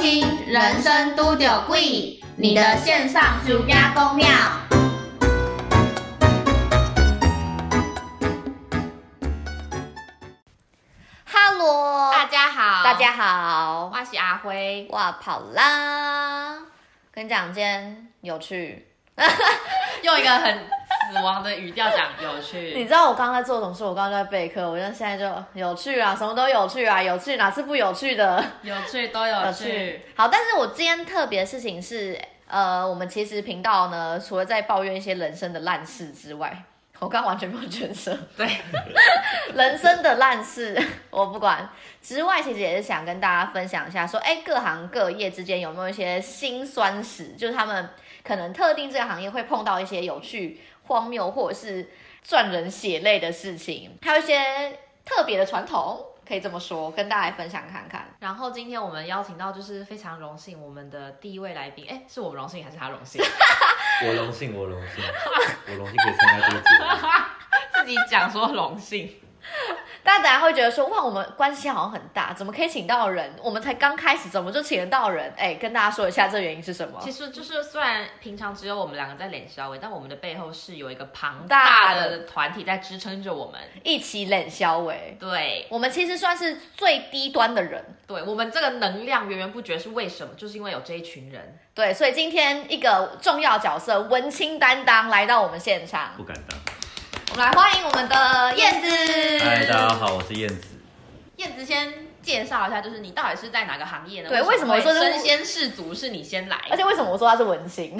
听《人生都有贵》，你的线上暑假公庙。 Hello，大家好，大家好，我是阿辉。哇跑啦！跟你讲，今天有趣。用一个很死亡的语调讲有你 趣，知道我刚刚在做什么事？我刚刚在备课，我就现在就有趣啊，什么都有趣啊，有趣哪是不有趣的？有趣都有趣。。好，但是我今天特别的事情是，呃，我们其实频道呢，除了在抱怨一些人生的烂事之外，我刚刚完全没有卷舌。对，人生的烂事， 我不管。之外，其实也是想跟大家分享一下，说，哎，各行各业之间有没有一些辛酸史？就是他们可能特定这个行业会碰到一些有趣、荒谬或者是赚人血泪的事情，还有一些特别的传统，可以这么说，跟大家来分享看看。然后今天我们邀请到就是非常荣幸我们的第一位来宾，哎，是我们荣幸还是他荣幸？ 我荣幸，我荣幸， 我荣幸可以参加这个节目。自己讲说荣 幸，大家等下会觉得说，哇，我们关系好像很大，怎么可以请到人？我们才刚开始，怎么就请得到人？哎，跟大家说一下，这原因是什么？其实就是虽然平常只有我们两个在脸稍微，但我们的背后是有一个庞大大的的团体在支撑着我们。一起冷消为。对，我们其实算是最低端的人，对我们这个能量源源不绝是为什么？就是因为有这一群人。对，所以今天一个重要角色文青担当来到我们现场，不敢 当。我们来欢迎我们的燕子。嗨，大家好，我是燕子。燕子先介绍一下，就是你到底是在哪个行业呢？对会为什么我说是身先士卒是你先来？而且为什么我说他是文青？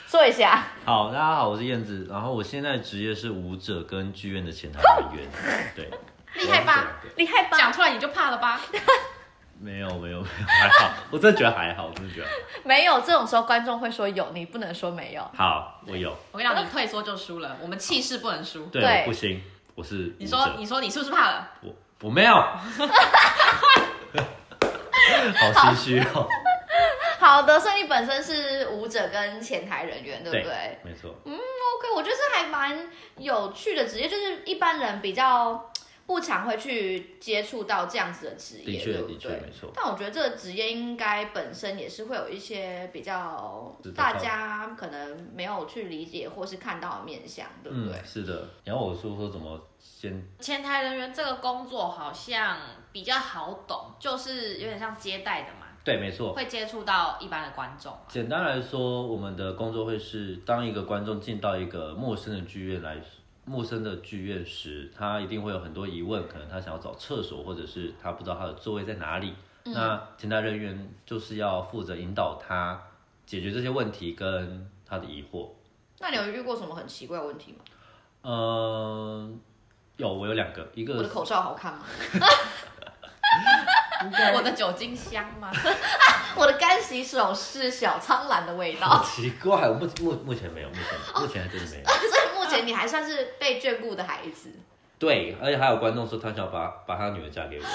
说一下，好，大家好，我是燕子。然后我现在职业是舞者跟剧院的前台演 员。对，厉害吧我是这两个？厉害 讲吧？出来你就怕了吧？没有没有没有，还好，我真的觉得还好，我真的觉得还没有这种时候，观众会说有，你不能说没有。好。好，我有，我跟你讲，你退缩就输了，我们气势不能输。对，对我不行，我是舞你说，者，你说你是不是怕了？我 我没有。好心虚哦。好的，所以你本身是舞者跟前台人员，对不对？没错。 OK，我觉得这还蛮有趣的职业，就是一般人比较不常会去接触到这样子的职业，的确对不的确对没错但我觉得这个职业应该本身也是会有一些比较知道大家可能没有去理解或是看到的面向，对不嗯对？，是的。然后我说说怎么先前台人员这个工作好像比较好懂，就是有点像接待的嘛，对，没错。会接触到一般的观 众。简单来说，我们的工作会是当一个观众进到一个陌生的剧院来，陌生的剧院时，他一定会有很多疑问，可能他想要找厕所，或者是他不知道他的座位在哪里。嗯那前台人员就是要负责引导他解决这些问题跟他的疑惑。那你有遇过什么很奇怪的问题吗？嗯、有我有两个，一我个的口哨好看吗？ 我的酒精香吗？我的干洗手是小苍兰的味道， 好 奇怪，我目目目前没有，目前目前还真的没有。所以目前你还算是被眷顾的孩子。对，而且还有观众说他想把把他女儿嫁给我。哦，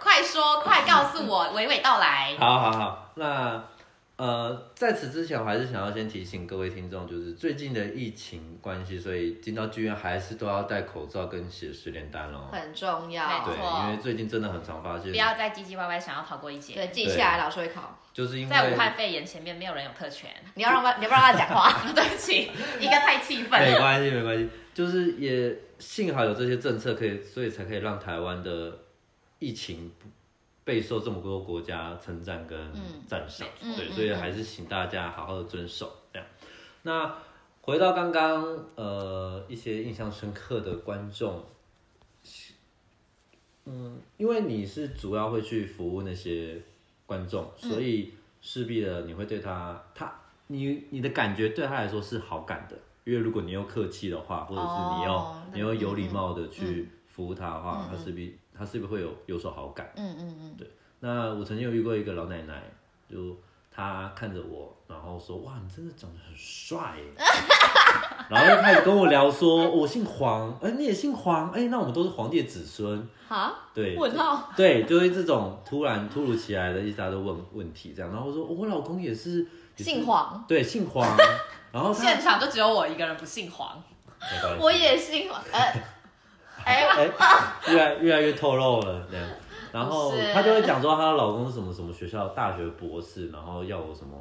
快说，快告诉我，娓娓道来。好好好，那呃，在此之前，我还是想要先提醒各位听众，就是最近的疫情关系，所以进到剧院还是都要戴口罩跟写十连单哦。很重要没，对，错因为最近真的很常发现不，要再唧唧歪歪，想要逃过一劫。对，记下来，老师会考。就是因为在武 汉肺炎前面，没有人有特权。你要让他，你要不要让他讲话？ 啊对不起，一个太气没愤。关系没关系，就是也幸好有这些政策可以，所以才可以让台湾的疫情备受这么多国家称赞跟赞赏，嗯对，嗯所以嗯还是请大家好好的遵守这样。那回到刚刚呃一些印象深刻的观众，嗯，因为你是主要会去服务那些观众，所以势必的你会对他他你你的感觉对他来说是好感的，因为如果你又客气的话，或者是你要、哦你要有礼貌的去服务他的话，他势必他势必会有有所好感。嗯嗯嗯，那我曾经有遇过一个老奶奶，就她看着我，然后说：“哇，你真的长得很帅耶。” 然后就开始跟我聊说：“我姓黄，哎、你也姓黄，哎、那我们都是皇帝的子孙。好，”对，问号，对，就是这种突然突如其来的一大堆问问题，这样。然后我说：“哦我老公也是也是姓黄，对，姓黄。”然后他现场就只有我一个人不姓黄，没关系我也姓黄，呃，哎、哎、越来越来越透露了，这样。然后不哦是她就会讲说她老公是什么什么学校大学博士，然后要我什么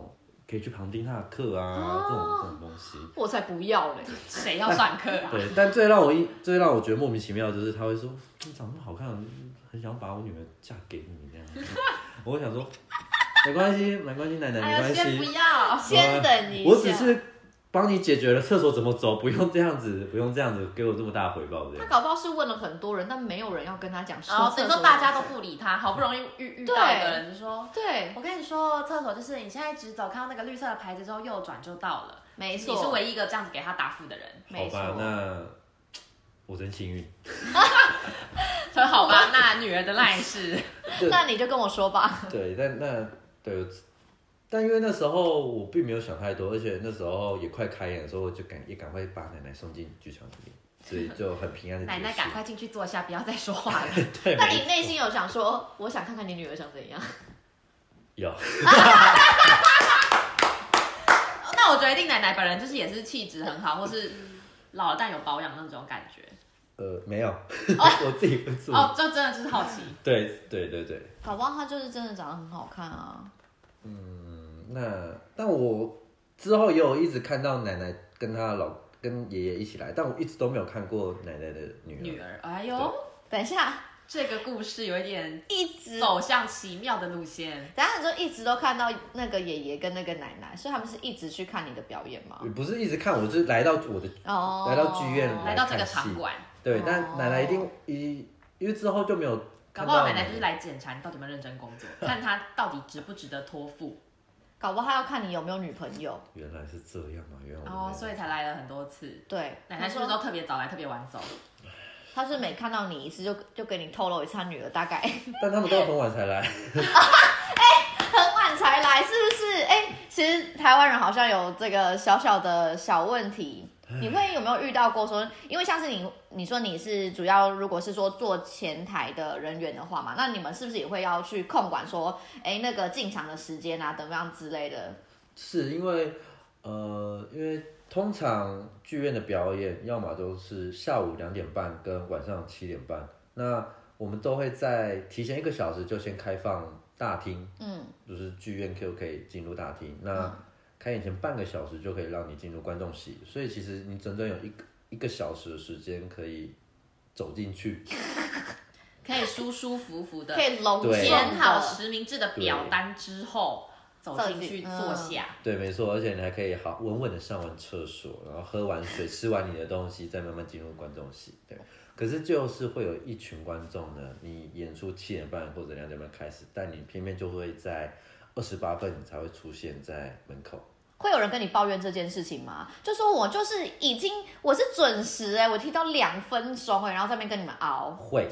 可以去旁听他的课啊，哦这种这种东西。我才不要嘞，谁要上课 啊？对，但最让我一最让我觉得莫名其妙的就是他会说你长那么好看，很想把我女儿嫁给你那样。我想说没关系，没关系，奶奶哎没呀，关先不系，要，先等一下，我只是帮你解决了厕所怎么走，不用这样子，不用这样子给我这么大的回报这他样。搞不好是问了很多人，但没有人要跟他讲。然后所哦等以于说大家都不理他，好不容易遇遇到的人就说。对，我跟你说，哦厕所就是你现在直走，看到那个绿色的牌子之后右转就到了。没你错，是唯一一个这样子给他答复的人，好没吧错，，那我真幸运。 很好吧？ 那女儿的赖是，对那你就跟我说 吧。 对，但那对，但因为那时候我并没有想太多，而且那时候也快开演的时候，我就赶也赶快把奶奶送进剧场里面，所以就很平安的。奶奶赶。快进去坐下，不要再说话了。 对，那你内心有想说，哦我想看看你女儿长怎样？有那我决定奶奶本人就是也是气质很好，或是老了但有保养那种感觉。呃没有？ 我自己不做。哦，就真的就是好奇。对对对对，搞不好她就是真的长得很好看啊。嗯，那但我之后也有一直看到奶奶跟她老跟爷爷一起来，但我一直都没有看过奶奶的女儿。女儿，哎呦，等一下，这个故事有一点一直，走向奇妙的路线。然后你就一直都看到那个爷爷跟那个奶奶，所以他们是一直去看你的表演吗？也不是一直看，我就是来到我的哦，来到剧院来到这个场馆，对，但奶奶一定一因为之后就没有搞看不到好奶奶就是来检查你到底有没有认真工作，看她到底值不值得托付。搞不好要看你有没有女朋友。原来是这样啊，原来我们哦，所以才来了很多次。对，奶奶是不是都特别早来，特别晚走？他是每看到你一次就就给你透露一次他女儿大概 但他们都很晚才来， 很晚才来，是不是？哎、其实台湾人好像有这个小小的小问题，你会有没有遇到过说，因为像是你你说你是主要如果是说做前台的人员的话嘛，那你们是不是也会要去控管说，哎、那个进场的时间啊，怎么样之类的？是因为呃，因为通常剧院的表演要么都是下午两点半跟晚上七点半，那我们都会在提前一个小时就先开放大厅，嗯，就是剧院就可以进入大厅，嗯那开演前半个小时就可以让你进入观众席，所以其实你整整有一个一个小时的时间可以走进去。可以舒舒服服的可以隆对填重好好实名制的表单之后，走进去坐下。对，没错，而且你还可以好稳稳的上完厕所，然后喝完水、吃完你的东西，再慢慢进入观众席。对，可是就是会有一群观众呢，你演出七点半或者两点半开始，但你偏偏就会在二十八分你才会出现在门口。会有人跟你抱怨这件事情吗？就说我就是已经我是准时哎、我提到两分钟哎、然后在那边跟你们熬，会，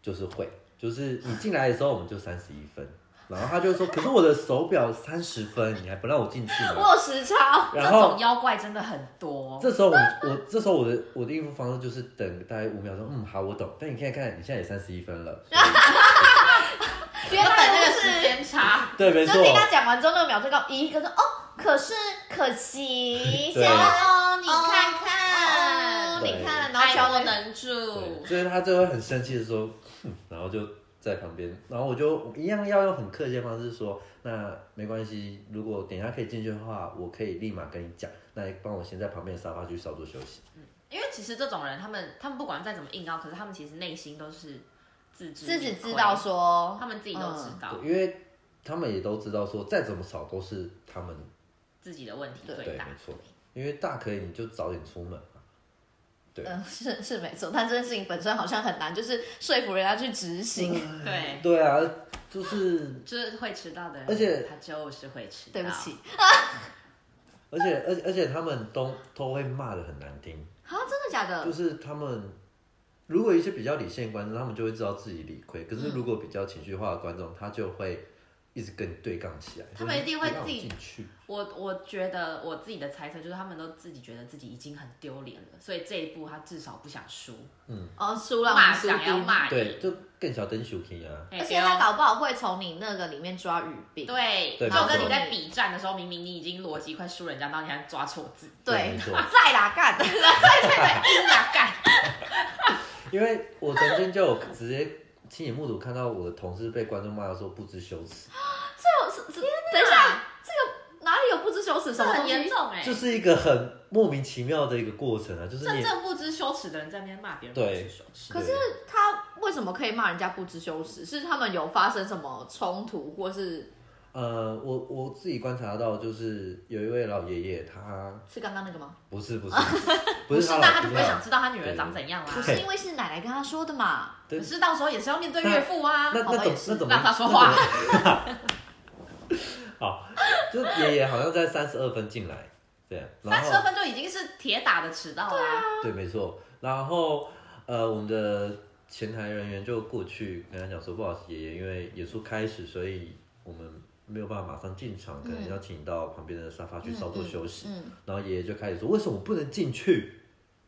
就是会，就是你进来的时候我们就三十一分，然后他就说：“可是我的手表三十分，你还不让我进 去 吗我有时差。？”这然后种妖怪真的很多，这时候我我这时候我的我的应付方式就是等大概五秒钟，嗯，好，我懂。但你看看，你现在也三十一分了，所以原等那来个就时是，间差。对，没就听他错，讲完之后，那个秒针告一个说哦，可是可惜，现对在哦，你看哦看，对你看，然后爱敲莫了能对助，所以他就会很生气的说，哼，然后就在旁边，然后我就一样要用很客气的方式说，那没关系，如果等一下可以进去的话，我可以立马跟你讲，那你帮我先在旁边的沙发去稍作休息。因为其实这种人，他们他们不管再怎么硬刚，可是他们其实内心都是自知自己理亏知道，说嗯他们自己都知道对因为他们也都知道说，再怎么吵都是他们，自己的问题对，最没大。错，因为大可以你就早点出门嘛，对嗯，是是没错，但这件事情本身好像很难，就是说服人家去执行。对，对啊，就是就是会迟到的人，而且他就是会迟 到。对不起，而且而且而且他们都都会骂的很难听，啊，真的假的就？是他们如果一些比较理性的观众，他们就会知道自己理亏；可是如果比较情绪化的观众，他就会一直跟你对杠起来。他们一定会就是你自己不让我进去。我我觉得我自己的猜测就是，他们都自己觉得自己已经很丢脸了，所以这一步他至少不想输，哦，输了骂输想要定。骂对，你，就更小灯小 K 啊。嘿而且他搞不好会从你那个里面抓语病。哦对，对就没跟错你在比战的时候，明明你已经逻辑快输人家，然后你还抓错字，哎对对 没， 错在啦干，硬要干。因为我曾经就有直接亲眼目睹看到我的同事被观众骂到说不知羞耻，这这等一下，这个哪里有不知羞耻什 这么很东严西？重哎、这是一个很莫名其妙的一个过程啊，就是真你正不知羞耻的人在那边骂别人不对知羞耻，可是他为什么可以骂人家不知羞耻？是他们有发生什么冲突，或是呃，我我自己观察到，就是有一位老爷爷，他是刚刚那个吗？不是 不是不不是是他大家老就不不会是想他知道他女儿长怎样啦、不是因为是奶奶跟他说的嘛？哎对可是到时候也是要面对岳父啊，那宝宝那也种是那种让他说话，。好，就是爷爷好像在三十二分进来，对，然三十二后分就已经是铁打的迟到啊啦、对没错，然后呃我们的前台人员就过去跟他讲说，不好意思爷爷，因为演出开始，所以我们没有办法马上进场，可能要请你到旁边的沙发去稍作休息。嗯，然后爷爷就开始说：“为什么我不能进去？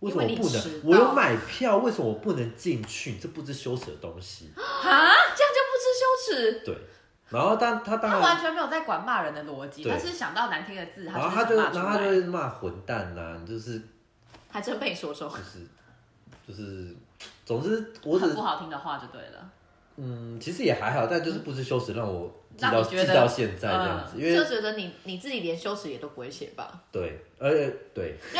为什么我因为不你迟能？到我有买票，为什么我不能进去？你这不知羞耻的东西。啊，这样就不知羞耻。”对。然后当他当他完然，全没有在管骂人的逻辑，对他是想到难听的字，然后他就就是然想后骂出他就来。会骂混蛋呐、你就是还真被你说中 就。是就是，总之我只很不好听的话就对了， 嗯，其实也还好，但就是不知羞耻让我记到让你觉记得嗯到现在这样子，因就为觉得你你自己连羞耻也都不会写吧？对，而且对，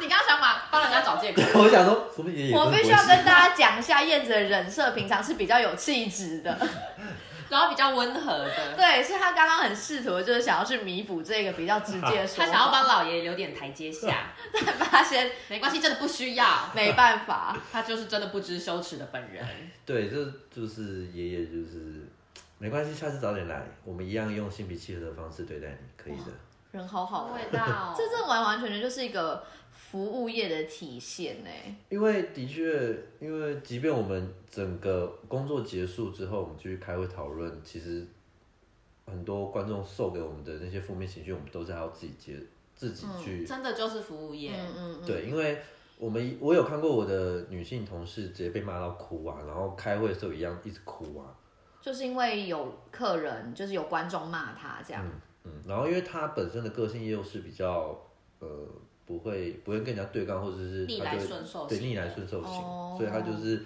你刚刚想把帮人家找借口，我想说，什么爷爷我真的必不须会要写跟大家讲一下，燕子的人设平常是比较有气质的， 然后比较温和的，对，是他刚刚很试图就是想要去弥补这个比较直接的说他 法，想要帮老爷留点台阶下，但 发现没关系，真的不需要，没办法，他就是真的不知羞耻的本人。对，就就是爷爷就是没关系，下次早点来，我们一样用心平气和的方式对待你，可以的。人好好哦， 道这这完完全全就是一个服务业的体现呢。欸因为的确，因为即便我们整个工作结束之后，我们继续开会讨论，其实很多观众送给我们的那些负面情绪，我们都是要自己接自己去、真的就是服务业，嗯嗯，对，因为我们我有看过我的女性同事直接被骂到哭啊，然后开会的时候一样一直哭啊，就是因为有客人就是有观众骂他这样，嗯，然后因为她本身的个性又是比较呃不会不会跟人家对干，或者是逆她来就会顺受对型逆来顺受型，哦所以她就是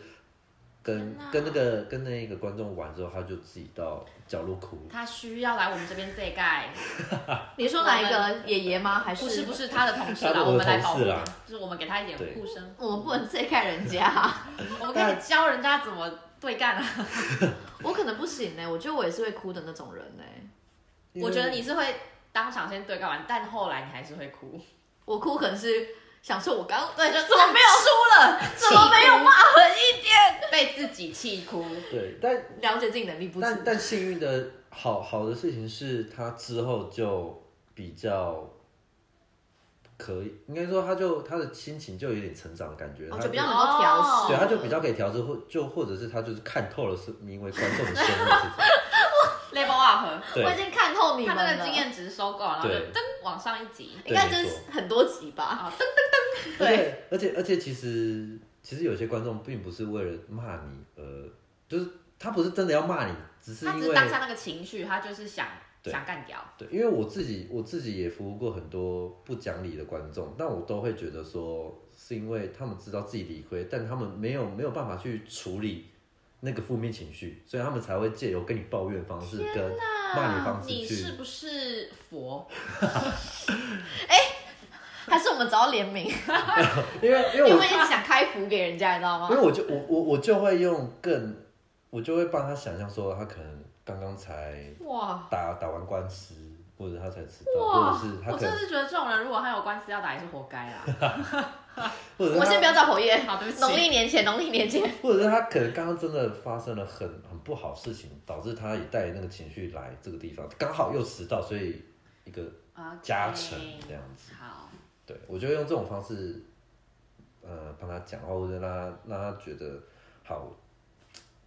跟天哪跟那个跟那个观众玩之后，她就自己到角落哭。他需要来我们这边这一盖，你说哪一个爷爷吗？还是不是不是他的同事啦，他的我们来保同护事他啦，就是我们给他一点对护身符，我们不能再看人家。我们可以教人家怎么对干啊。我可能不行呢、欸我觉得我也是会哭的那种人欸呢、因为我觉得你是会当场先对干完，但后来你还是会哭，我哭可能是想说，我刚对就 怎么没有输了，怎么没有骂狠一点？被自己气哭。对，但 了解自己能力不足，但但幸运的好好的事情是，他之后就比较可以，应该说他就他的心情哦就有点成长的感觉，我他就比较能够调哦试。对，他就比较可以调制，或就或者是他就是看透了是名为观众的生活是什 么 Level up，我已对，经看透你他们那了。个经验值收够了，然后就对噔往上一级。应该就对没是错很多集吧。啊，而且而且而且其实其实有些观众并不是为了骂你而，就是他不是真的要骂你，只是他只因是为当下那个情绪，他就是想对想干掉。对，因为我自己我自己也服务过很多不讲理的观众，但我都会觉得说是因为他们知道自己理亏，但他们没有没有办法去处理那个负面情绪，所以他们才会借由跟你抱怨的方式跟骂你的方式你去。是不是佛？还是我们找到联名，因为因因为为我我一直想开服给人家，你知道吗因为？我就我我我就会用更，我就会帮他想象说他可能刚刚才哇，打打完官司，或者他才知道，哦哇或者是他我可真的能，是觉得这种人，如果他有官司要打，也是活该啦。或者是我他先不要找侯爷，好，对不起。农历年前，农历年前， 或者是他可能刚刚真的发生了很很不好的事情，导致他也带那个情绪来这个地方，刚好又迟到，所以一个啊，加成这样子。好，对我就会用这种方式，呃，帮他讲话，或者让他让他觉得好，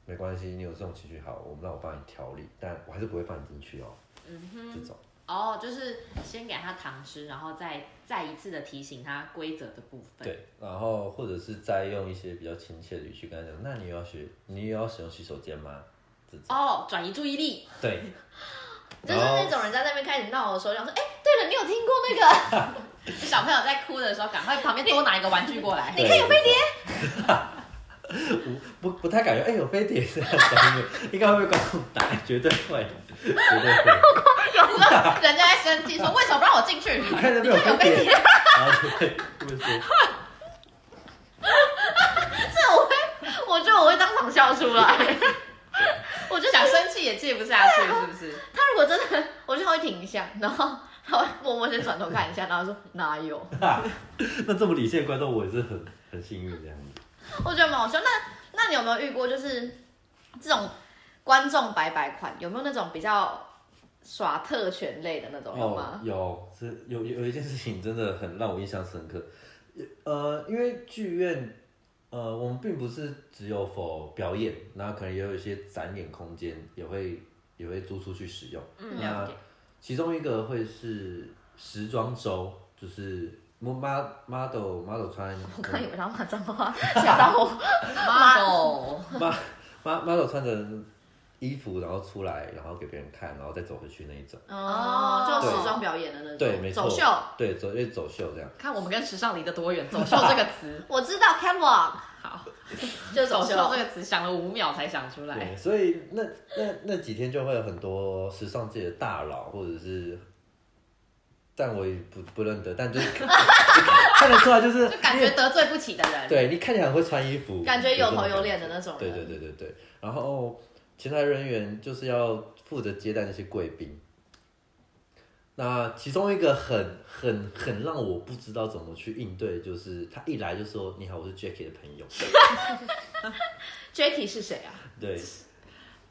没关系，你有这种情绪好，我们让我帮你调理，但我还是不会放你进去哦，嗯这哼，种。哦，就是先给他糖吃，然后再再一次的提醒他规则的部分。，对，然后或者是再用一些比较亲切的语气跟他讲，那你有要学，你也要使用洗手间吗？这种。哦，转移注意力，对， 就是然后那种人家在那边开始闹的时候，想说，哎，对了，你有听过那个？ 小朋友在哭的时候，赶快旁边多拿一个玩具过来。你看有飞碟。 不不太敢觉，哎、有飞碟 这样的声音，应该会被观众打，绝对会，绝对会。 人家在生气说为什么不让我进去？ 你看那边有有飞飞碟，啊碟，然后就会这么说。这我会，我觉得我会当场笑出来。 我就想想生气也气不下去，是不 是？他如果真的，我就他会停一下，然后他会默默先转头看一下，然后说哪有？那这么理性的观众，我也是很很幸运这样子。我觉得蛮好笑。那那你有没有遇过就是这种观众白白款？有没有那种比较耍特权类的那种？有吗？哦有是有有有一件事情真的很让我印象深刻，呃，因为剧院，呃，我们并不是只有否表演，那可能也有一些展演空间，也会也会租出去使用。嗯，那了解。其中一个会是时装周，就是模 mod- model model 穿 我刚以为他骂脏话，吓到我。妈哦， model model 穿着衣服，然后出来，然后给别人看，然后再走回去那一种。 哦，就对时装表演的那种，对，没错。走秀。。对，走就是走秀这样。看我们跟时尚离得多远，“走秀”这个 词，我知道 catwalk， 好，就是走走秀秀。这个词想了五秒才想出来。对，所以那那那几天就会有很多时尚界的大佬，或者是，但我也不不认得， 但就是看得出来，就是就感觉得罪不起的人，对你看起来很会穿衣服，感觉有头有脸的。的那种人。对对对对对，然后前台人员就是要负责接待那些贵宾。那其中一个很很很让我不知道怎么去应对，就是他一来就说：“你好，我是 Jackie 的朋友。 Jacky 是谁啊？”对，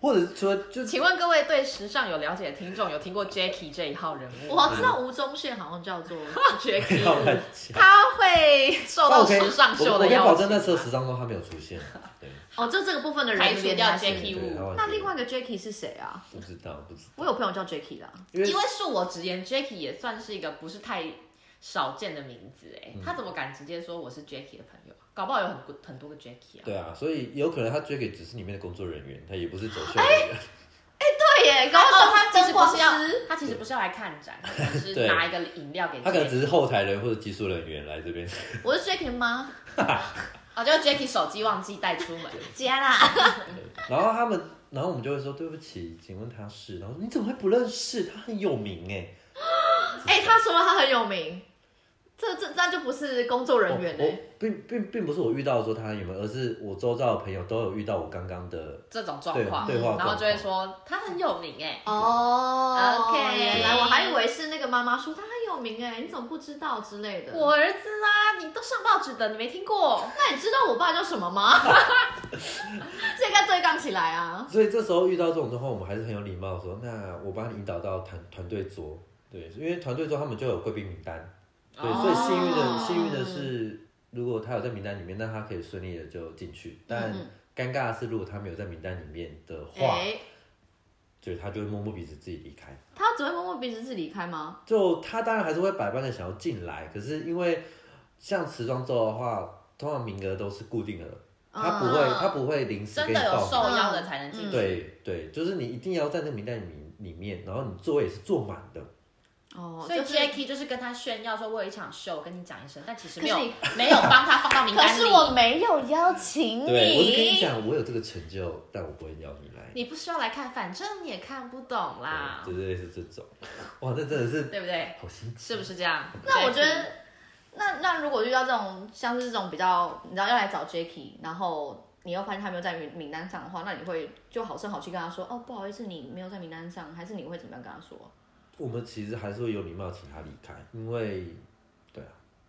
或者是说就请问各位对时尚有了解的听众，有听过 Jackie 这一号人物吗？我知道吴宗宪好像叫做 不 Jacky，要乱讲。他会受到那我可以，时尚秀的啊我我可以邀保证那时候时尚周他没有出现。对，哦，就这个部分的排人除连掉他是 Jacky 对他完全那另外一个 Jacky 是谁啊？不知道不知道，我有朋友叫 Jacky 啦，因为因为恕我直言，Jackie 也算是一个不是太少见的名字哎、嗯他怎么敢直接说我是 Jackie 的朋友？啊搞不好有很多很多个 Jackie 啊。对啊，所以有可能他 Jackie 只是里面的工作人员，他也不是走秀的哎人。对耶，搞然不好后哎他他其实其实不是不是要要，他其实不是要来看展，他只是 对拿一个饮料给他可能 Jackie。只是后台人或者技术人员来这边。我是 Jacky 的妈，哦，就是 Jackie 手机忘记带出门，接啦，然后他们，然后我们就会说对不起，请问他是？然后说你怎么会不认识？他很有名哎。哎，他说他很有名，这这这样就不是工作人员欸我我嘞，并并并不是我遇到说他很有名，而是我周遭的朋友都有遇到我刚刚的。这种状况，嗯对对话然后就会说他很有名哎、哦 OK 原来我还以为是那个妈妈说他很有名哎，你怎么不知道之类的？我儿子啊，你都上报纸的，你没听过？ 那你知道我爸叫什么吗？ 这应该对杠起来啊！所以这时候遇到这种状况，我们还是很有礼貌地说，那我帮你引导到团团队桌。对，因为团队桌他们就有贵宾名单，对，哦所以幸运的幸运的是，如果他有在名单里面，那他可以顺利的就进去。嗯但尴尬的是，如果他没有在名单里面的话，哎，对他就会摸摸鼻子自己离开。他只会摸摸鼻子自己离开吗？就他当然还是会百般的想要进来，可是因为像时装周的话，通常名额都是固定的，他不会、嗯他不会临时真给你的有报嗯受名。邀的才能进去。对对，就是你一定要在那个名单里面里面，然后你座位也是坐满的。哦，所以就是 Jackie 就是跟他炫耀说我有一场秀，跟你讲一声，但其实没有可是你没有帮他放到名单可里。是我没有邀请嗯对，我是跟你你，讲，我有这个成就，但我不会邀你来。你不需要来看，反正你也看不懂啦，对，就是类似这种，哇，这真的是对不对？好心是不是这样？那我 Jackie 觉得，那那如果遇到这种像是这种比较，你知道要来找 Jacky，然后你又发现他没有在名名单上的话，那你会就好声好气跟他说，哦，不好意思，你没有在名单上，还是你会怎么样跟他说？我们其实还是会有礼貌请他离开，因为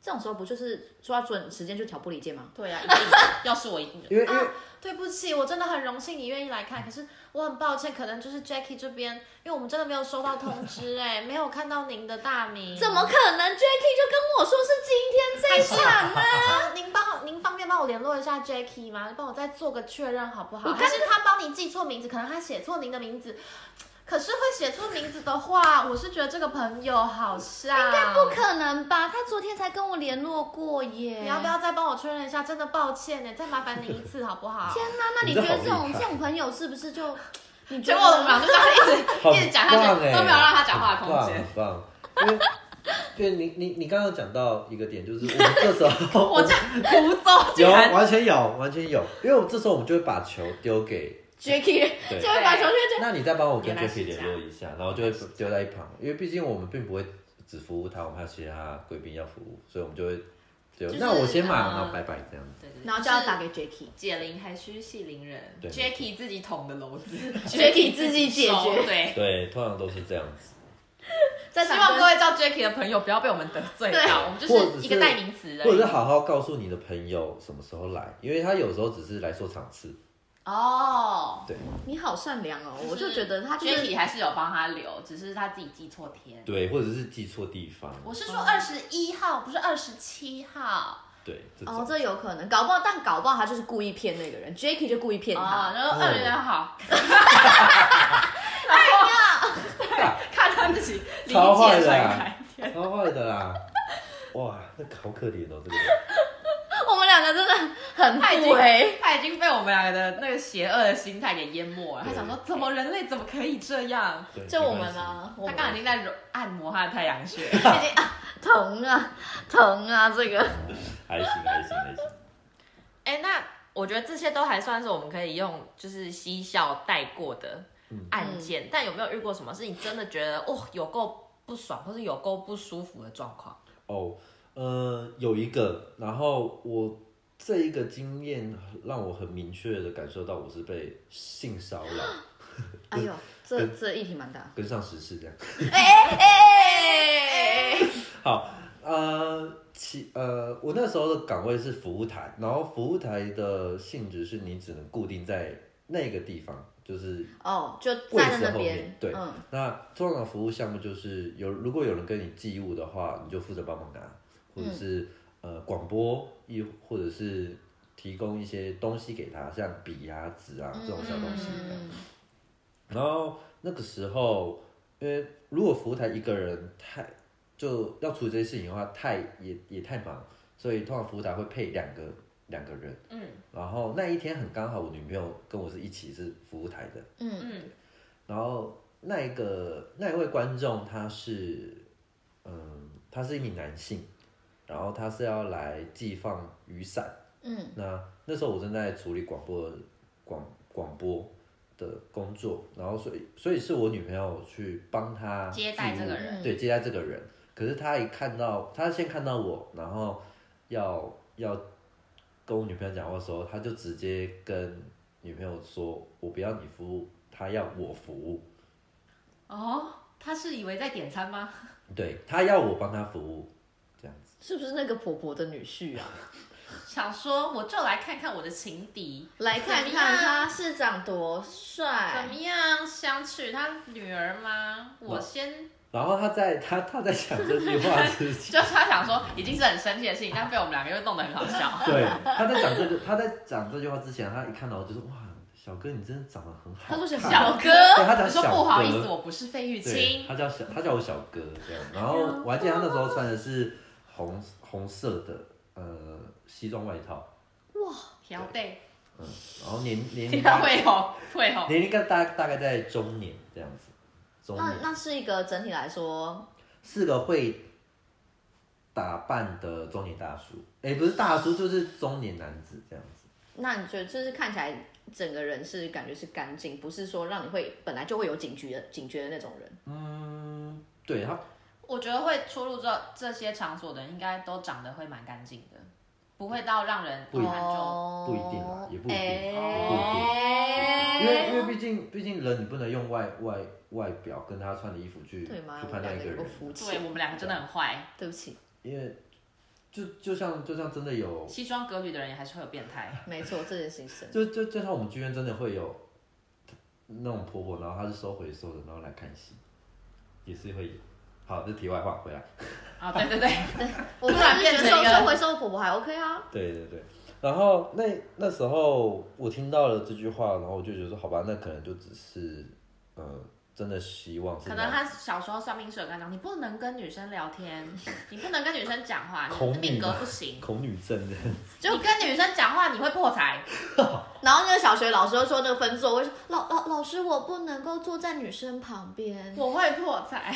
这种时候不就是说要准时间就挑拨离间吗？对啊呀、一定的要是我一定就因为因为啊，对不起，我真的很荣幸你愿意来看，可是我很抱歉，可能就是 Jackie 这边，因为我们真的没有收到通知、哎， 没有看到您的大名，怎么可能？Jacky 就跟我说是 今天这一场啊！啊您帮您方便帮我联络一下 Jackie 吗？帮我再做个确认好不好？我还是他帮你记错名字，可能他写错您的名字。可是会写错名字的话，我是觉得这个朋友好像应该不可能吧？他昨天才跟我联络过耶。你要不？要再帮我确认一下？真的抱歉哎呢，再麻烦您一次好不好？天哪！那你你觉这得好这种厉这害种朋友是不是就？你觉结得果 我们俩就这样一直一直讲下去，很棒都没有让他讲话的空很棒间。很棒，因为对你你你刚刚有讲到一个点，就是我们这时 候我这胡诌竟有然完全有完全有，因为我们这时候我们就会把球丢给 Jacky 对就会把球圈那你再帮我跟原来 Jacky 是这联样络一下，然后就会丢在一旁，因为毕竟我们并不会只服务他，我们还有其他贵宾要服务，所以我们就会丢。就是那我先买，呃然后拜拜这样啊子。对对，然后就要打给 Jacky。解铃还需系铃人对，Jacky 自己捅的篓子 Jacky 自己解决收对，对，通常都是这样子。在希场望跟各位叫 Jacky 的朋友不要被我们得罪对到，我们就或者是一个是代名词而已或者是好好告诉你的朋友什么时候来，因为他有时候只是来说场次。哦。对你好善良哦，我就觉得他就是 Jacky 还是有帮他留，只是他自己记错天。对，或者是记错地方。我是说二十一号，不是二十七号对，这种、哦，这有可能，搞不好，但搞不好他就是故意骗那个人，Jacky 就故意骗啊。他。然后嗯二十一 号， 然后看他自己理超坏解的甩啊开。超坏的啦！哇，那个好可怜哦，这个人。我们两个真的很他已不经为，他已经被我们两个的那个邪恶的心态给淹没了。对他想说，怎么人类怎么可以这样？对，就我们吗？啊，我他们刚刚已经在揉按摩他的太阳穴。疼啊疼啊，这个还行，还行，还行。 哎、那我觉得这些都还算是我们可以用就是嬉笑带过的案件，但有没有遇过什么是你真的觉得哦有够不爽，或是有够不舒服的状况？哦，呃，有一个，然后我这一个经验让我很明确的感受到我是被性骚扰，哎呦，呃这这议题蛮大。跟上时事这样。哎，好，呃，其呃，我那时候的岗位是服务台，然后服务台的性质是你只能固定在那个地方，就是哦，就位站在置那后面边，对嗯，那通常服务项目就是有，如果有人跟你寄物的话，你就负责帮忙拿，或者是、呃广播，亦或者是提供一些东西给他，像笔啊、纸啊这种小嗯东西这样。然后那个时候，因为如果服务台一个人太就要处理这些事情的话，太也也太忙，所以通常服务台会配两个两个人。嗯，然后那一天很刚好，我女朋友跟我是一起是服务台的。嗯，然后那一个那一位观众他是，嗯，他是一名男性，然后他是要来寄放雨伞，嗯，那那时候我正在处理广播广广播的工作，然后所以所以是我女朋友去帮他嗯接待寄这物个嗯人对，接待这个人，可是他一看到他先看到我，然后要要跟我女朋友讲话的时候，他就直接跟女朋友说：“我不要你服务，他要我服务。哦，他是以为在点餐吗？对他要我帮他服务，这样子。是不是那个婆婆的女婿啊？想说我就来看看我的情敌来看怎么样看他市长多怎么帅，样，想娶他女儿吗？我先然后他在他他在讲这句话之 前，就是他想说已经是很生气的事情，但被我们两个又弄得很好笑。对他在讲这个他在讲这句话之前，他一看到我就说：“哇，小哥你真的长得很好。”他说小小哥，对他讲说小不好意哥思，我不是费玉对，清。他叫小，他叫我小哥这样。然后我还记得他那时候穿的是红红色的呃西装外套，调对，嗯，然后年年龄大会哦，会哦。年龄大大大概在中年这样子，中那年那是一个整体来说，是个会打扮的中年大叔，哎，不是大叔就是中年男子这样子。那你觉得就是看起来整个人是感觉是干净，不是说让你会本来就会有警觉的警觉的那种人。嗯，对他我觉得会出入这这些场所的，人，应该都长得会蛮干净的，不会到让人不一定看就。不一定啊啦也不一定哦哎不一因为因为毕竟毕竟人你不能用外外外表跟他穿的衣服去对吗？去我们判断两一个个有人个。肤对浅，我们两个真的很坏，对不起，因为就就像就像真的有，西装革履的人也还是会有变 态。没错，这件事情 是就就就像我们剧院真的会有那种婆婆，然后她是收回收的，然后来看戏，也是会有。好，这题外话回来。啊，对对对，我突然变成收收回收婆婆还 OK 啊，对对对，然后那那时候我听到了这句话，然后我就觉得说，好吧，那可能就只是，呃，真的希望是可那能他小时候算命师有跟他讲，你不能跟女生聊 天，你不能跟女生讲话，你恐的女命格吗不行，恐女症的。就跟女生讲话你会破财。然后那个小学老师就说那个分座位，老老老师我不能够坐在女生旁边。我会破财。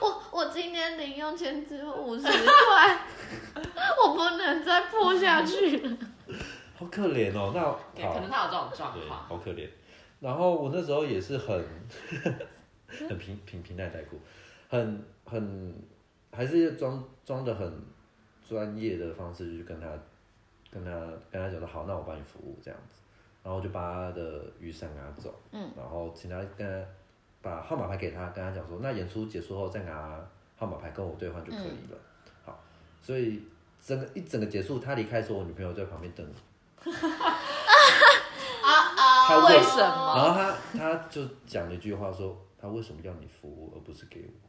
我我今天零用钱只有五十块， 我不能再破下去了。好可怜哦。那对，好可，能他有这种状对，况。好可怜。然后我那时候也是 很很平平平淡带过，很很还是装装的很专业的方式去跟他跟他跟他讲说好，那我帮你服务这样子，然后我就把他的雨伞拿走，嗯，然后请他跟他把号码牌给他，跟他讲说那演出结束后再拿号码牌跟我兑换就可以了。嗯好，所以整个一整个结束，他离开的时候，我女朋友在旁边 等我。啊啊他问为什么然后他他就讲了一句话说，他为什么要你服务而不是给我？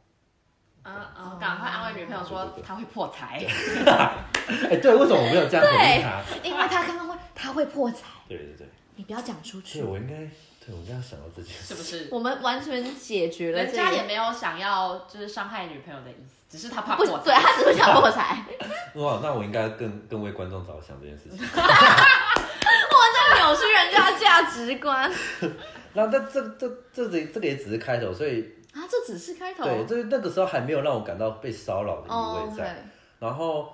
哦啊啊！赶快安慰女朋友对说对对他会破财。哎、对，为什么我没有这样回应他？因为他刚刚会，他会破财，对对对，你不要讲出对去。我应该，对我应该要想到这件是事。不是？我们完全解决了人这家也个，没有想要就是伤害女朋友的意思，只是他怕不破对，财。他只是想破财。 哇，那我应该更更为观众着想这件事情。 在扭曲人家的价值观啊！那那这这这这这个也只是开头，所以啊这只是开头。对，这那个时候还没有让我感到被骚扰的哦意味，OK、o 在。 k 然后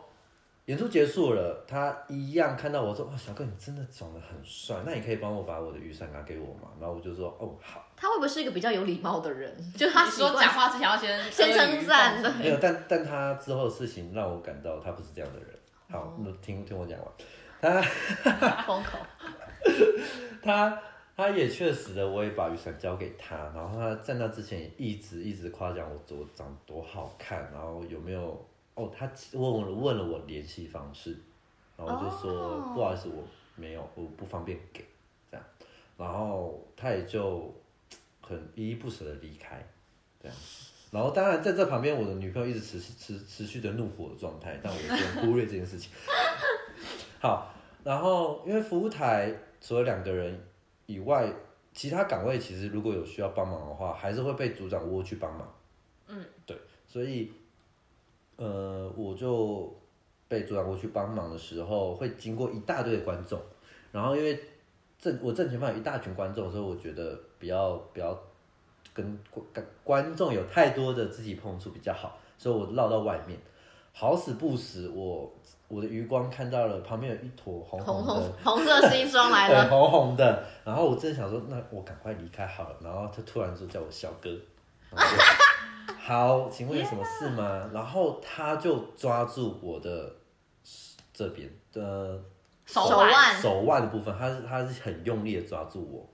演出结束了，他一样看到我说：“哇，小哥，你真的长得很帅，那你可以帮我把我的雨伞拿给我吗？”然后我就说：“哦，好。”他会不会是一个比较有礼貌的人？就他你习惯说讲话之前要先先称赞的，没有，但 但他之后的事情让我感到他不是这样的人。好，哦那听听我讲完。风口。他他也确实的，我也把雨伞交给他，然后他在那之前也一直一直夸奖我多长多好看，然后有没有哦，他问我问了我联系方式，然后我就说、哦不好意思，我没有，我不方便给这样，然后他也就很依依不舍的离开，这样。然后当然在这旁边，我的女朋友一直持续持持续的怒火的状态，但我不能忽略这件事情。 好，然后因为服务台除了两个人以外，其他岗位其实如果有需要帮忙的话，还是会被组长窝去帮忙。嗯，对，所以呃，我就被组长窝去帮忙的时候，会经过一大堆的观众，然后因为正我正前方有一大群观众，所以我觉得不要不要跟跟观众有太多的肢体碰触比较好，所以我绕到外面。好死不死，我我的余光看到了旁边有一坨 红红的红红色西装来对，了，哎红红的。然后我真的想说，那我赶快离开好了。然后他突然就叫我小哥，然后我就好，请问有什么事吗？然后他就抓住我的这边的手手腕。腕手腕的部分，他是他是很用力的抓住我，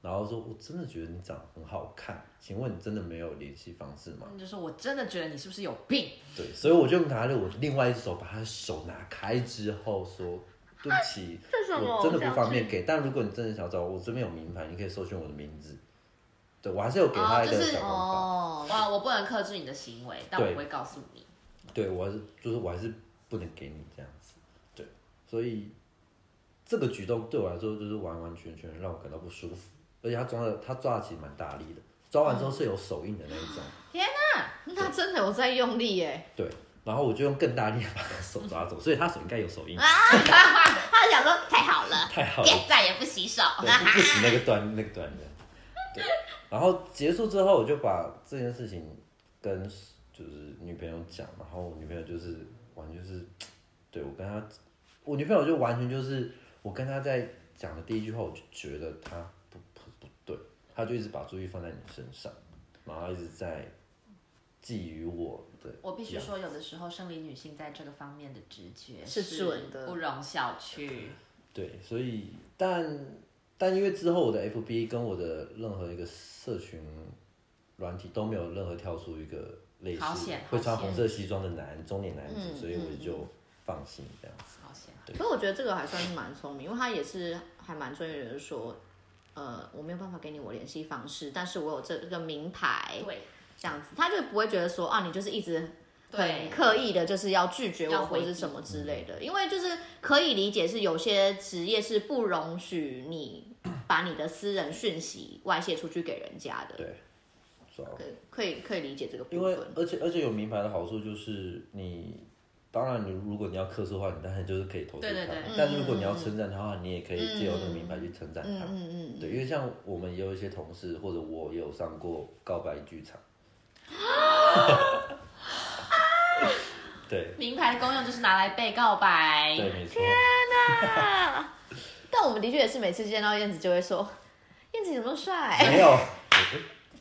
然后说我真的觉得你长得很好看，请问你真的没有联系方式吗？你就说我真的觉得你是不是有病？对，所以我就拿着我另外一只手把他的手拿开之后说。对不起，我真的不方便给。但如果你真的想找我，我这边有名牌，你可以搜寻我的名字。 对我还是有给他一哦个就是小红包。哦，哇，我不能克制你的行为，但我对不会告诉你。对我还是就是我还是不能给你这样子。对，所以这个举动对我来说就是完完全全让我感到不舒服，而且他抓的他抓的其实蛮大力的，抓完嗯之后是有手印的那一种。那真的有在用力 耶！对，然后我就用更大力地把他的手抓走，所以他手应该有手印。他想说太好了，太好了，别再也不洗手。对，不不行那个段那个段的。对，然后结束之后，我就把这件事情跟就是女朋友讲，然后我女朋友就是完全就是，对我跟她，我女朋友就完全就是我跟她在讲的第一句话，我就觉得她不不不对，她就一直把注意放在你身上，然后一直在觊觎我的。我必须说，有的时候生理女性在这个方面的直觉是准的不容小觑。对，所以但但因为之后我的 FB 跟我的任何一个社群软体都没有任何跳出一个类似好险会穿好险红色西装的男中年男子，嗯所以我嗯就放心这样子。好险，可是我觉得这个还算是蛮聪明，因为他也是还蛮专业的说，呃，我没有办法给你我联系方式，但是我有这个名牌，对这样子，他就不会觉得说啊，你就是一直很对，刻意的，就是要拒绝要我回或避者什么之类的，因为就是可以理解是有些职业是不容许你把你的私人讯息外泄出去给人家的，对，主要可以可以可以理解这个部因为分。而且而且有名牌的好处就是你。当然，你如果你要克数的话，你当然就是可以投诉他。对对对嗯但是如果你要称赞他的话，你也可以借由那个名牌去称赞他。嗯嗯嗯， 对，因为像我们也有一些同事，或者我也有上过告白剧场，对名牌的功用就是拿来被告白。对，没错。但我们的确也是每次见到燕子就会说，燕子你怎么那么帅？没有，啊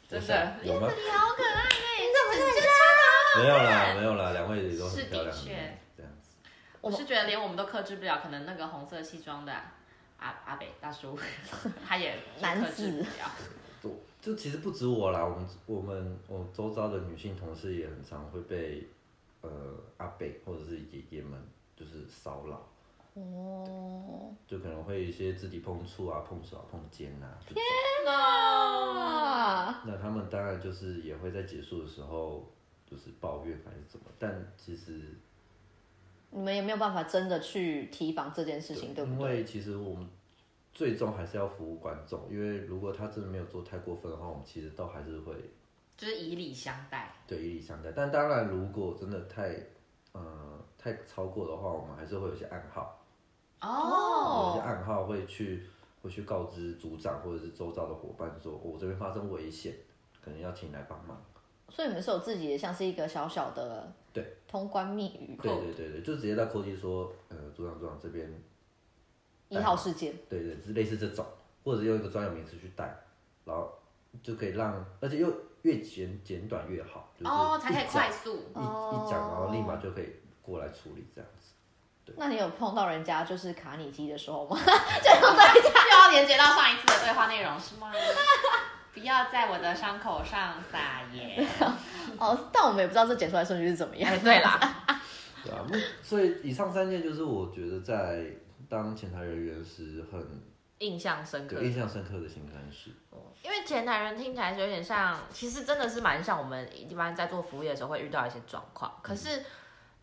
真的哎有吗？你好可爱呢，欸你怎么这没有啦，没有啦，两位也都很漂亮。是的确这样子，我是觉得连我们都克制不了，可能那个红色西装的阿阿北大 叔，他也男克制不了。就就其实不止我啦，我们我们我周遭的女性同事也很常会被呃阿北或者是爷爷们就是骚扰，哦，就可能会一些肢体碰触啊、碰手啊、碰肩啊。这种 哦啊，那他们当然就是也会在结束的时候就是抱怨还是怎么，但其实你们也没有办法真的去提防这件事情，对不因对？为其实我们最终还是要服务观众，因为如果他真的没有做太过分的话，我们其实都还是会就是以礼相待，对以礼相待。但当然，如果真的太呃太超过的话，我们还是会有一些暗号，哦有一些暗号会去会去告知组长或者是周遭的伙伴说，哦我、这边发生危险，可能要请你来帮忙。所以你们是有自己的，像是一个小小的对通关密语对对对对，就直接到扣机说，呃，组长组长这边，一号事件，对对，是类似这种，或者是用一个专有名词去带，然后就可以让，而且又越简简短越好，就是哦，才可以一讲快速。一一讲，然后立马就可以过来处理这样子。那你有碰到人家就是卡你机的时候吗？又要连接到上一次的对话内容是 吗？不要在我的伤口上撒盐。哦，但我们也不知道这剪出来的顺序是怎么样。哎，对 啦，对 啊，目所以以上三件就是我觉得在当前台人员时很印象深刻有。印象深刻的新三事。因为前台人听起来有点像，其实真的是蛮像我们一般在做服务业的时候会遇到一些状况。可是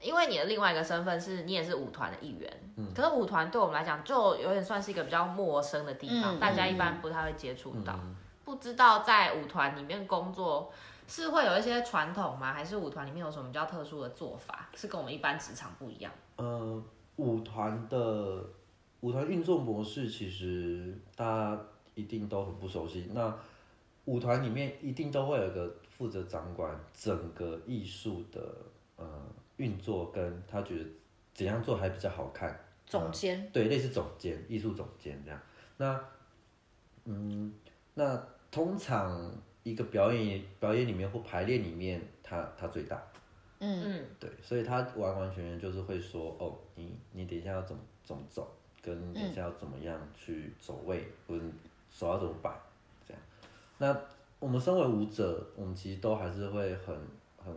因为你的另外一个身份是你也是舞团的一员，嗯可是舞团对我们来讲就有点算是一个比较陌生的地方，嗯大家一般不太会接触到。不知道在舞团里面工作是会有一些传统吗？还是舞团里面有什么比较特殊的做法，是跟我们一般职场不一样？呃，舞团的舞团运作模式，其实大家一定都很不熟悉。那舞团里面一定都会有一个负责掌管整个艺术的呃运作，跟他觉得怎样做还比较好看。总监，对，类似总监、艺术总监这样。那，嗯，那通常一个表演表演里面或排练里面，他他最大，嗯，对，所以他完完全全就是会说，哦，你你等一下要怎么怎么走，跟你等一下要怎么样去走位，或者手要怎么摆，这样。那我们身为舞者，我们其实都还是会很很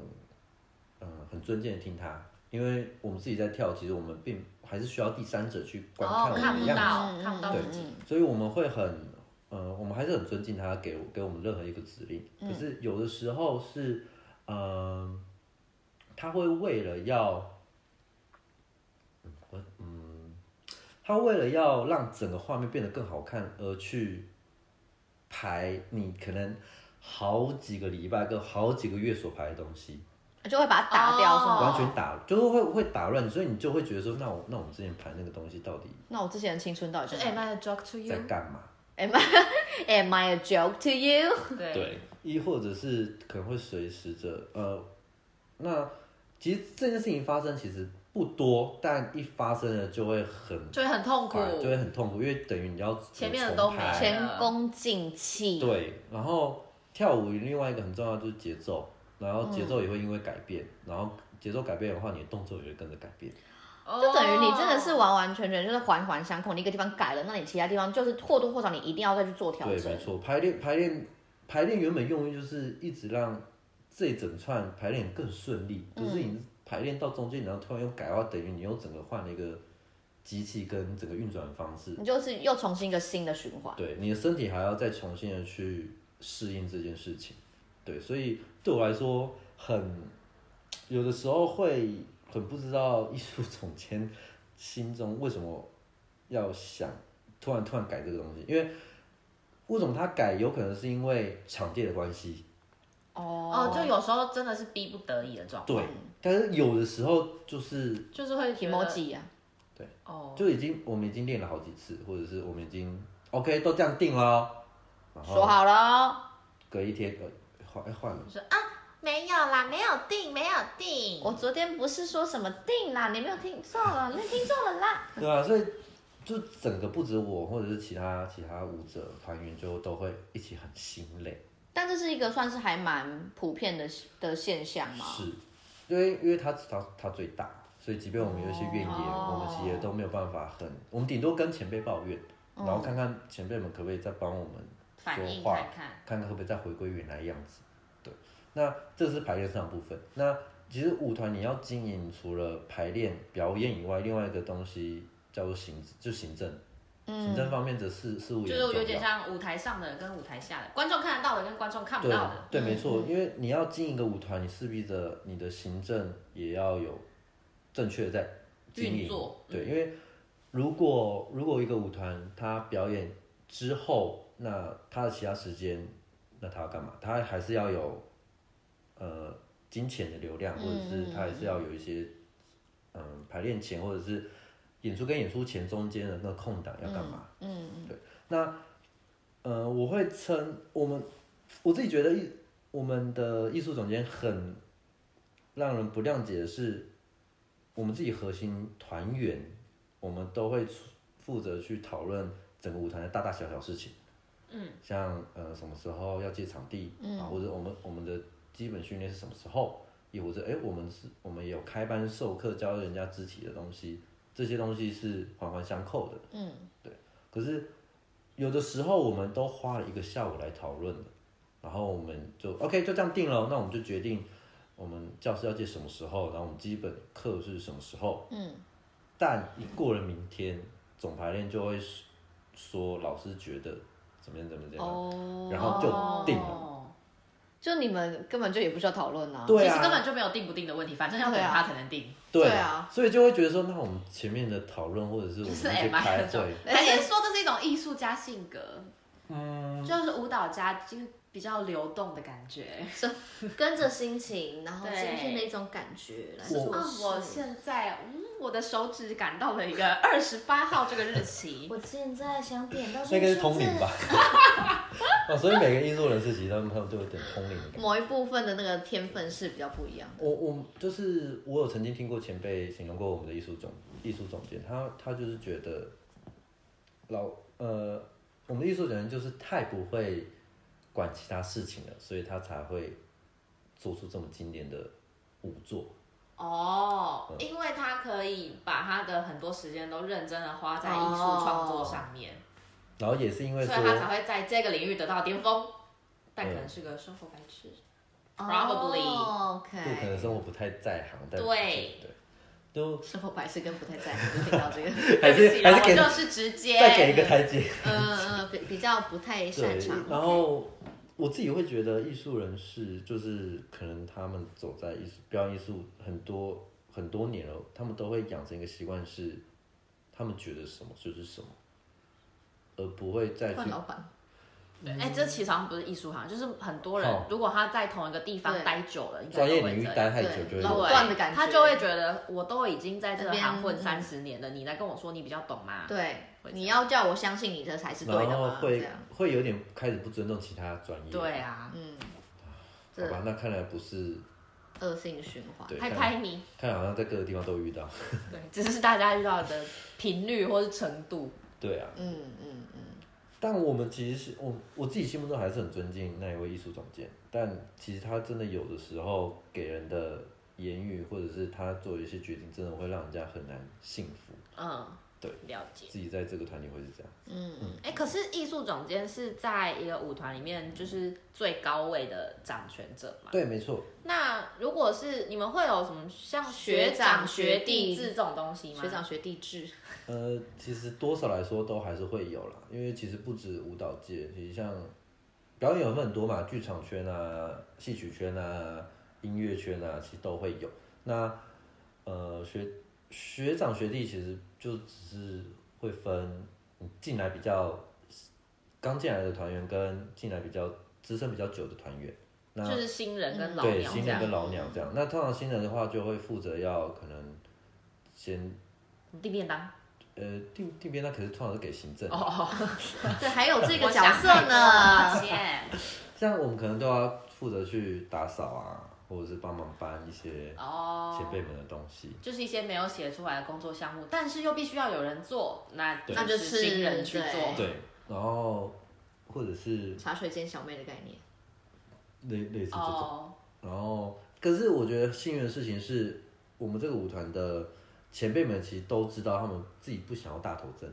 嗯、很尊敬的听他，因为我们自己在跳，其实我们并还是需要第三者去观看哦，我看们不的样子，到嗯，看不到对自己，所以我们会很，呃，我们还是很尊敬他给我给我们任何一个指令。可是有的时候是，呃，他会为了要，嗯我嗯，他为了要让整个画面变得更好看而去排你可能好几个礼拜跟好几个月所排的东西， 就会把它打掉，是哦吗？完全打就是会会打乱，所以你就会觉得说，那我那我们之前排那个东西到底那我之前的青春到底就是哎是 Am I a joke to 在 you？干嘛？ Am I a joke to you？对，对，亦或者是可能会随时着呃，那其实这件事情发生其实不多，但一发生了就会很就会很痛苦。烦，就会很痛苦，因为等于你要前面的都重排没前功尽弃。对，然后跳舞另外一个很重要的就是节奏，然后嗯节奏也会因为改变，然后节奏改变的话，你的动作也会跟着改变。哦就等于你真的是完完全全就是环环相扣，你一个地方改了，那你其他地方就是或多或少你一定要再去做调对，整没。错，排练排练排练原本用意就是一直让这一整串排练更顺利，嗯就是你排练到中间，然后突然又改的话，等于你又整个换了一个机器跟整个运转方式，你就是又重新一个新的循环。对，你的身体还要再重新的去适应这件事情，对，所以对我来说很有的时候会很不知道艺术总监心中为什么要想突然突然改这个东西，因为为什么他改，有可能是因为场地的关系，哦哦，，就有时候真的是逼不得已的状对，但是有的时候就是就是会提觉莫得吉啊，哦，就已经我们已经练了好几次，或者是我们已经 OK 都这样定了哦，然说后好了哦，隔一天呃换哎换了。就是啊，没有啦，没有定，没有定。我昨天不是说什么定啦，你没有听错了，你听错了啦。对啊，所以就整个不止我，或者是其他其他舞者团员，就都会一起很心累。但这是一个算是还蛮普遍的的现象嘛。是，因为因为他他他最大，所以即便我们有一些怨言，哦我们其实也都没有办法很，我们顶多跟前辈抱怨，嗯然后看看前辈们可不可以再帮我们反说应话，看看看看会不会再回归原来样子。对，那这是排练上的部分。那其实舞团你要经营，除了排练表演以外，另外一个东西叫做行，就行政。行政方面的事事务嗯就是也很有重点要。像舞台上的跟舞台下的，观众看得到的跟观众看不对到的，对，没错，因为你要经营一个舞团，你势必的你的行政也要有正确在经运营作。嗯对，因为如果如果一个舞团他表演之后，那他的其他时间，那他要干嘛？他还是要有呃金钱的流嗯量，或者是他还是要有一些嗯、排练前或者是演出跟演出前中间的那个空档要干嘛？嗯，呃，我会称我们我自己觉得艺我们的艺术总监很让人不谅解的是，我们自己核心团员，我们都会出负责去讨论整个舞台的大大小小事情。嗯，像呃什么时候要借场地、啊，或者我们我们的基本训练是什么时候，也或者哎、诶我们是我们也有开班授课教人家肢体的东西，这些东西是环环相扣的。嗯，对。可是有的时候我们都花了一个下午来讨论的，然后我们就 OK 就这样定了，那我们就决定我们教室要借什么时候，然后我们基本课是什么时候。嗯。但一过了明天，总排练就会说老师觉得怎么样怎么样怎么样，哦，然后就定了。哦，就你们根本就也不需要讨论啊。对其实根啊，本就没有定不定的问题，反正要等对啊他才能定。对对啊，所以就会觉得说，那我们前面的讨论或者是我们就一是些 MI 开那种会，还是说这是一种艺术家性格，嗯，就是舞蹈家就是比较流动的感觉。跟着心情，然后对今天的一种感觉来做哦我啊，事。我现在嗯，我的手指感到了一个二十八号这个日期。我现在想点到那个是通灵吧？ 哦，所以每个艺术人士其实他们他们都有点通灵的感觉。某一部分的那个天分是比较不一样的。我我就是我有曾经听过前辈形容过我们的艺术总艺术总监，他他就是觉得老呃，我们的艺术总监就是太不会管其他事情了，所以他才会做出这么经典的舞作。哦，嗯因为他可以把他的很多时间都认真的花在艺术创作上面，然后也是因为所以说，他才会在这个领域得到巅峰。但可能是个生活白痴，Probably 哦不可 OK。能生活不太在行，但对对， 都生活白痴跟不太在乎，听到这个， 还对是不起啦还是给我就是直接再给一个台阶。嗯嗯，比比较不太 擅对长。，然后我自己会觉得艺术人士就是可能他们走在艺术表演艺术很多很多年了，他们都会养成一个习惯是，他们觉得什么就是什么，而不会再去换老板，对哎、这其实好像不是艺术行，就是很多人好如果他在同一个地方对待久了，应该专业都会领域这样待太久就对，会老有段的感觉，他就会觉得我都已经在这个这边行混三十年了，你来跟我说你比较懂吗？对，会这样你要叫我相信你，这才是对的然后嘛，这会样，会有点开始不尊重其他专业。对，啊，嗯，好这，吧那看来不是恶性循环。对，拍看拍你，看来好像在各个地方都遇到。对，只是大家遇到的频率或是程度，对啊，嗯嗯嗯，但我们其实是我我自己心目中还是很尊敬那一位艺术总监，但其实他真的有的时候给人的言语，或者是他做一些决定，真的会让人家很难信服。嗯，对，了解。自己在这个团体会是这样，哎、可是艺术总监是在一个舞团里面就是最高位的掌权者嘛？对，没错，那如果是你们会有什么像学学长长、学学弟弟制这种东西吗？学长学地 质，呃，其实多少来说都还是会有啦，因为其实不止舞蹈界，其实像表演有分很多嘛，剧场圈啊、戏曲圈啊、音乐圈啊，其实都会有。那呃，学学长学弟其实就只是会分嗯进来比较刚进来的团员跟进来比较资深比较久的团员。那就是新人嗯跟老对，鸟这新人跟样，老鸟这样。那通常新人的话，就会负责要可能先地便当呃，定定编那可是通常是给行政的，哦，对，还有这这个角色呢， 谢。 像我们可能都要负责去打扫啊，或者是帮忙搬一些哦，前辈们的东西。就是一些没有写出来的工作项目，但是又必须要有人做，那对那就那就是是新人去做。对对，然后或者是茶水间小妹的概念。类类似这种。哦，然后，可是我觉得幸运的事情是我们这个舞团的前辈们其实都知道，他们自己不想要大头针，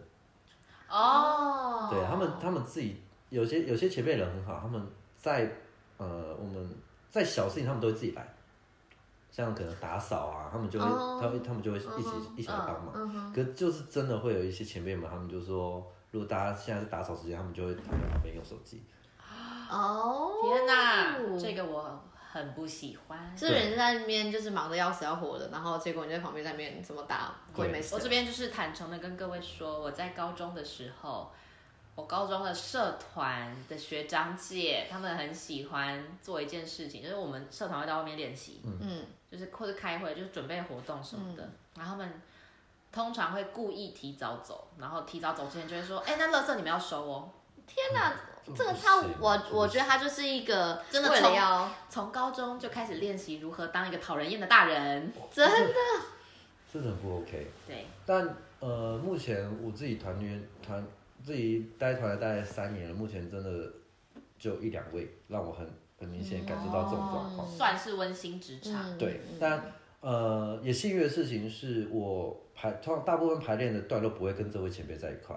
哦，对他们，他们自己有些有些前辈人很好，他们在呃我们在小事情他们都会自己来，像可能打扫啊，他们就会、他会他们就会一起、一起来帮忙。可就是真的会有一些前辈们，他们就说，如果大家现在是打扫时间，他们就会躺在旁边用手机。哦，天哪，这个我很不喜欢。是人在那边就是忙得要死要活的，然后结果你在旁边在那边怎么打鬼没事我。这边就是坦诚的跟各位说，我在高中的时候，我高中的社团的学长姐，他们很喜欢做一件事情，就是我们社团会到外面练习，嗯，就是或者开会，就是准备活动什么的，然后他们通常会故意提早走，然后提早走之前就会说，哎、那垃圾你们要收哦。天哪，嗯这个不他行我这不我觉得他就是一个真的为了从要从高中就开始练习如何当一个讨人厌的大人，真的，真的很不 OK。对，但呃，目前我自己团员团自己带团大概三年了，目前真的就一两位让我很很明显感受到这种状况。算是温馨职场。嗯对，但呃，也幸运的事情是我排通常大部分排练的段落不会跟这位前辈在一块，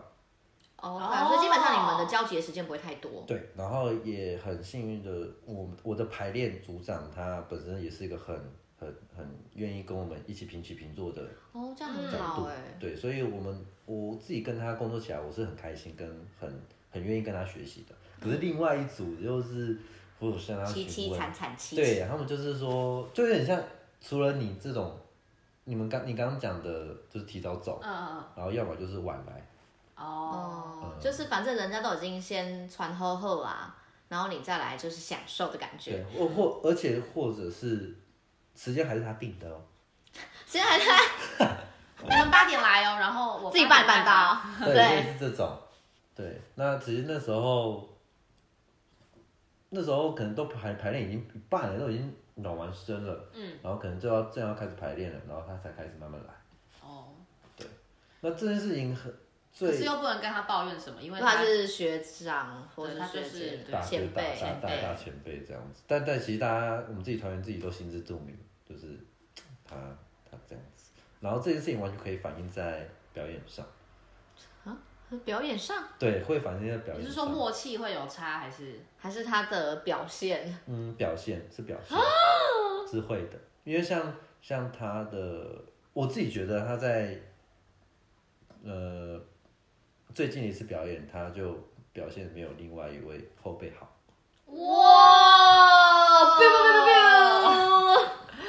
哦哦，反正所以基本上你们的交集的时间不会太多。对，然后也很幸运的，我我的排练组长他本身也是一个很很很愿意跟我们一起平起平坐的哦，这样很角好度，哎。对，所以我们我自己跟他工作起来，我是很开心，跟很很愿意跟他学习的。可是另外一组就是我有向他凄询凄问，惨惨戚戚。对他们就是说，就有点像除了你这种，你们刚你刚刚讲的，就是提早走，嗯嗯然后要么就是晚来，嗯，哦，哦，就是反正人家都已经先传呵呵啦，然后你再来就是享受的感觉对，。或或而且或者是时间还是他定的哦，现在他你们八点来哦，然后我自己办8也办点 到，对，类对，似这种，对，那其实那时候。那时候可能都排排练已经一半了，都已经暖完身了，嗯，然后可能就要正要开始排练了，然后他才开始慢慢来。哦，那这件事情很可是最又不能跟他抱怨什么，因为他是学长或者对他就学是姐对大哥前大辈，大大大前辈这样子，但但其实大家我们自己团员自己都心知肚明，就是他他这样子，然后这件事情完全可以反映在表演上，表演上对，会反映在表演上。啊你是说默契会有差还是？还是他的表现，嗯，表现是表啊现，是会的，因为像像他的，我自己觉得他在，呃，最近一次表演，他就表现没有另外一位后辈好，哇，biu biu biu biu biu，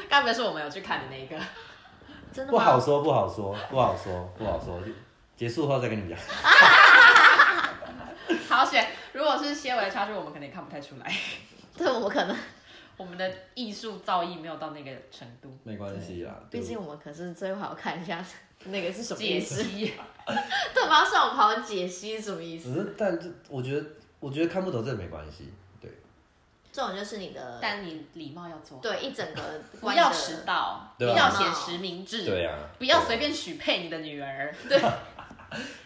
该不会是我们有去看的那一个？ 真的不好吗？说，不好说，不好说，不好说，结束后再跟你们讲。好险！如果是些微的差距，我们可能也看不太出 来，这我们可能，我们的艺术造诣没有到那个程度。没关系啦，毕竟我们可是最后还要看一下那个是什么解意思，析， 对吧？上网旁解析是什么意思？只是但这我觉得，我觉得看不懂这没关系，对，这种就是你的，但你礼貌要做好，对一整个不关要的迟到，对啊要写实名制，对啊不要随便许配你的女儿，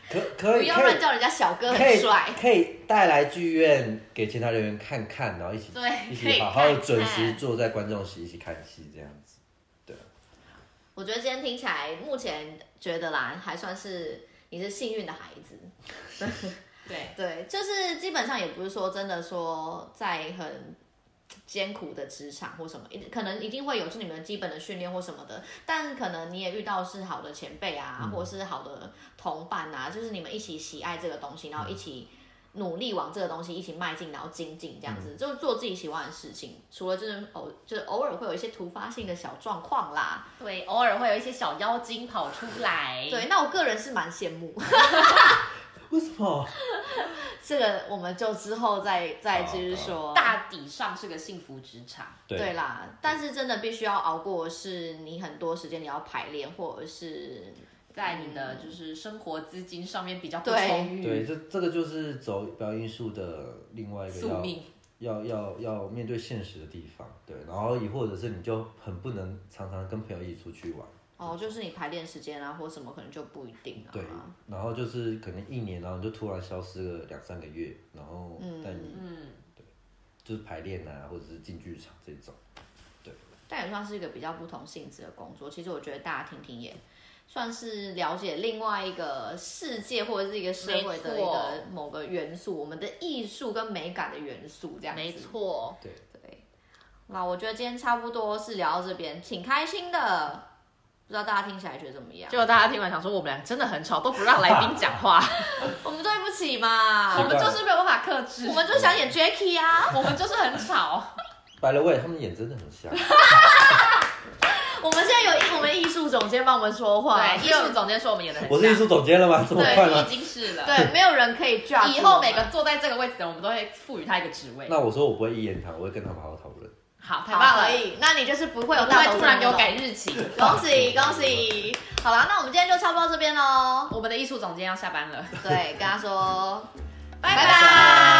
可可不以要可以乱叫人家小哥可很以帅，可以带来剧院给其他人员看看，然后一起对 一可以起好好看准时看坐在观众席一起看戏这样子。我觉得今天听起来，目前觉得啦，还算是你是幸运的孩子。对。 对，就是基本上也不是说真的说在很艰苦的职场或什么，一可能一定会有就你们基本的训练或什么的，但可能你也遇到是好的前辈啊，或是好的同伴啊，就是你们一起喜爱这个东西，然后一起。努力往这个东西一起迈进，然后精进，这样子、就是做自己喜欢的事情。除了就是偶，就是偶尔会有一些突发性的小状况啦， 对，偶尔会有一些小妖精跑出来。对，那我个人是蛮羡慕。 为什么？ 这个我们就之后再再继续说。大抵上是个幸福职场。对啦，但是真的必须要熬过，是你很多时间你要排练，或者是在你的就是生活资金上面比较不对充裕，对，这这个就是走表演艺术的另外一个宿要命啊要要要面对现实的地方，对，然后也或者是你就很不能常常跟朋友一起出去玩，哦，就是你排练时间啊，或什么可能就不一定啊。对，嗯然后就是可能一年，然后你就突然消失了两三个月，然后但你、嗯，就是排练啊，或者是进剧场这种，但也算是一个比较不同性质的工作。其实我觉得大家听听也算是了解另外一个世界或者是一个社会的没一错个某个元素，我们的艺术跟美感的元素这样子。没。错，对，对。那我觉得今天差不多是聊到这边，挺开心的。不知道大家听起来觉得怎么样结？果大家听完想说我们俩真的很吵，都不让来宾讲话，我们对不起嘛，习我我们惯了就是没有办法克制，们我们就想演 Jacky 啊，我们就是很吵。 白了喂，他们演真的很像，我们现在有我们艺术总监帮我们说话，对，艺术总监说我们演的很我是艺像，术总监了吗？这么啊快对，已吗？经是了。对，没有人可以 judge 以后我们啊每个坐在这个位置的人，我们都会赋予他一个职位。那我说我不会一言堂，我会跟他们好好讨论。好，太好棒可了！以，那你就是不会有不大头会突然给我症改日期。那 种，恭喜恭喜！哦好了，那我们今天就差不多到这边喽。我们的艺术总监要下班了。 对，跟他说，拜拜拜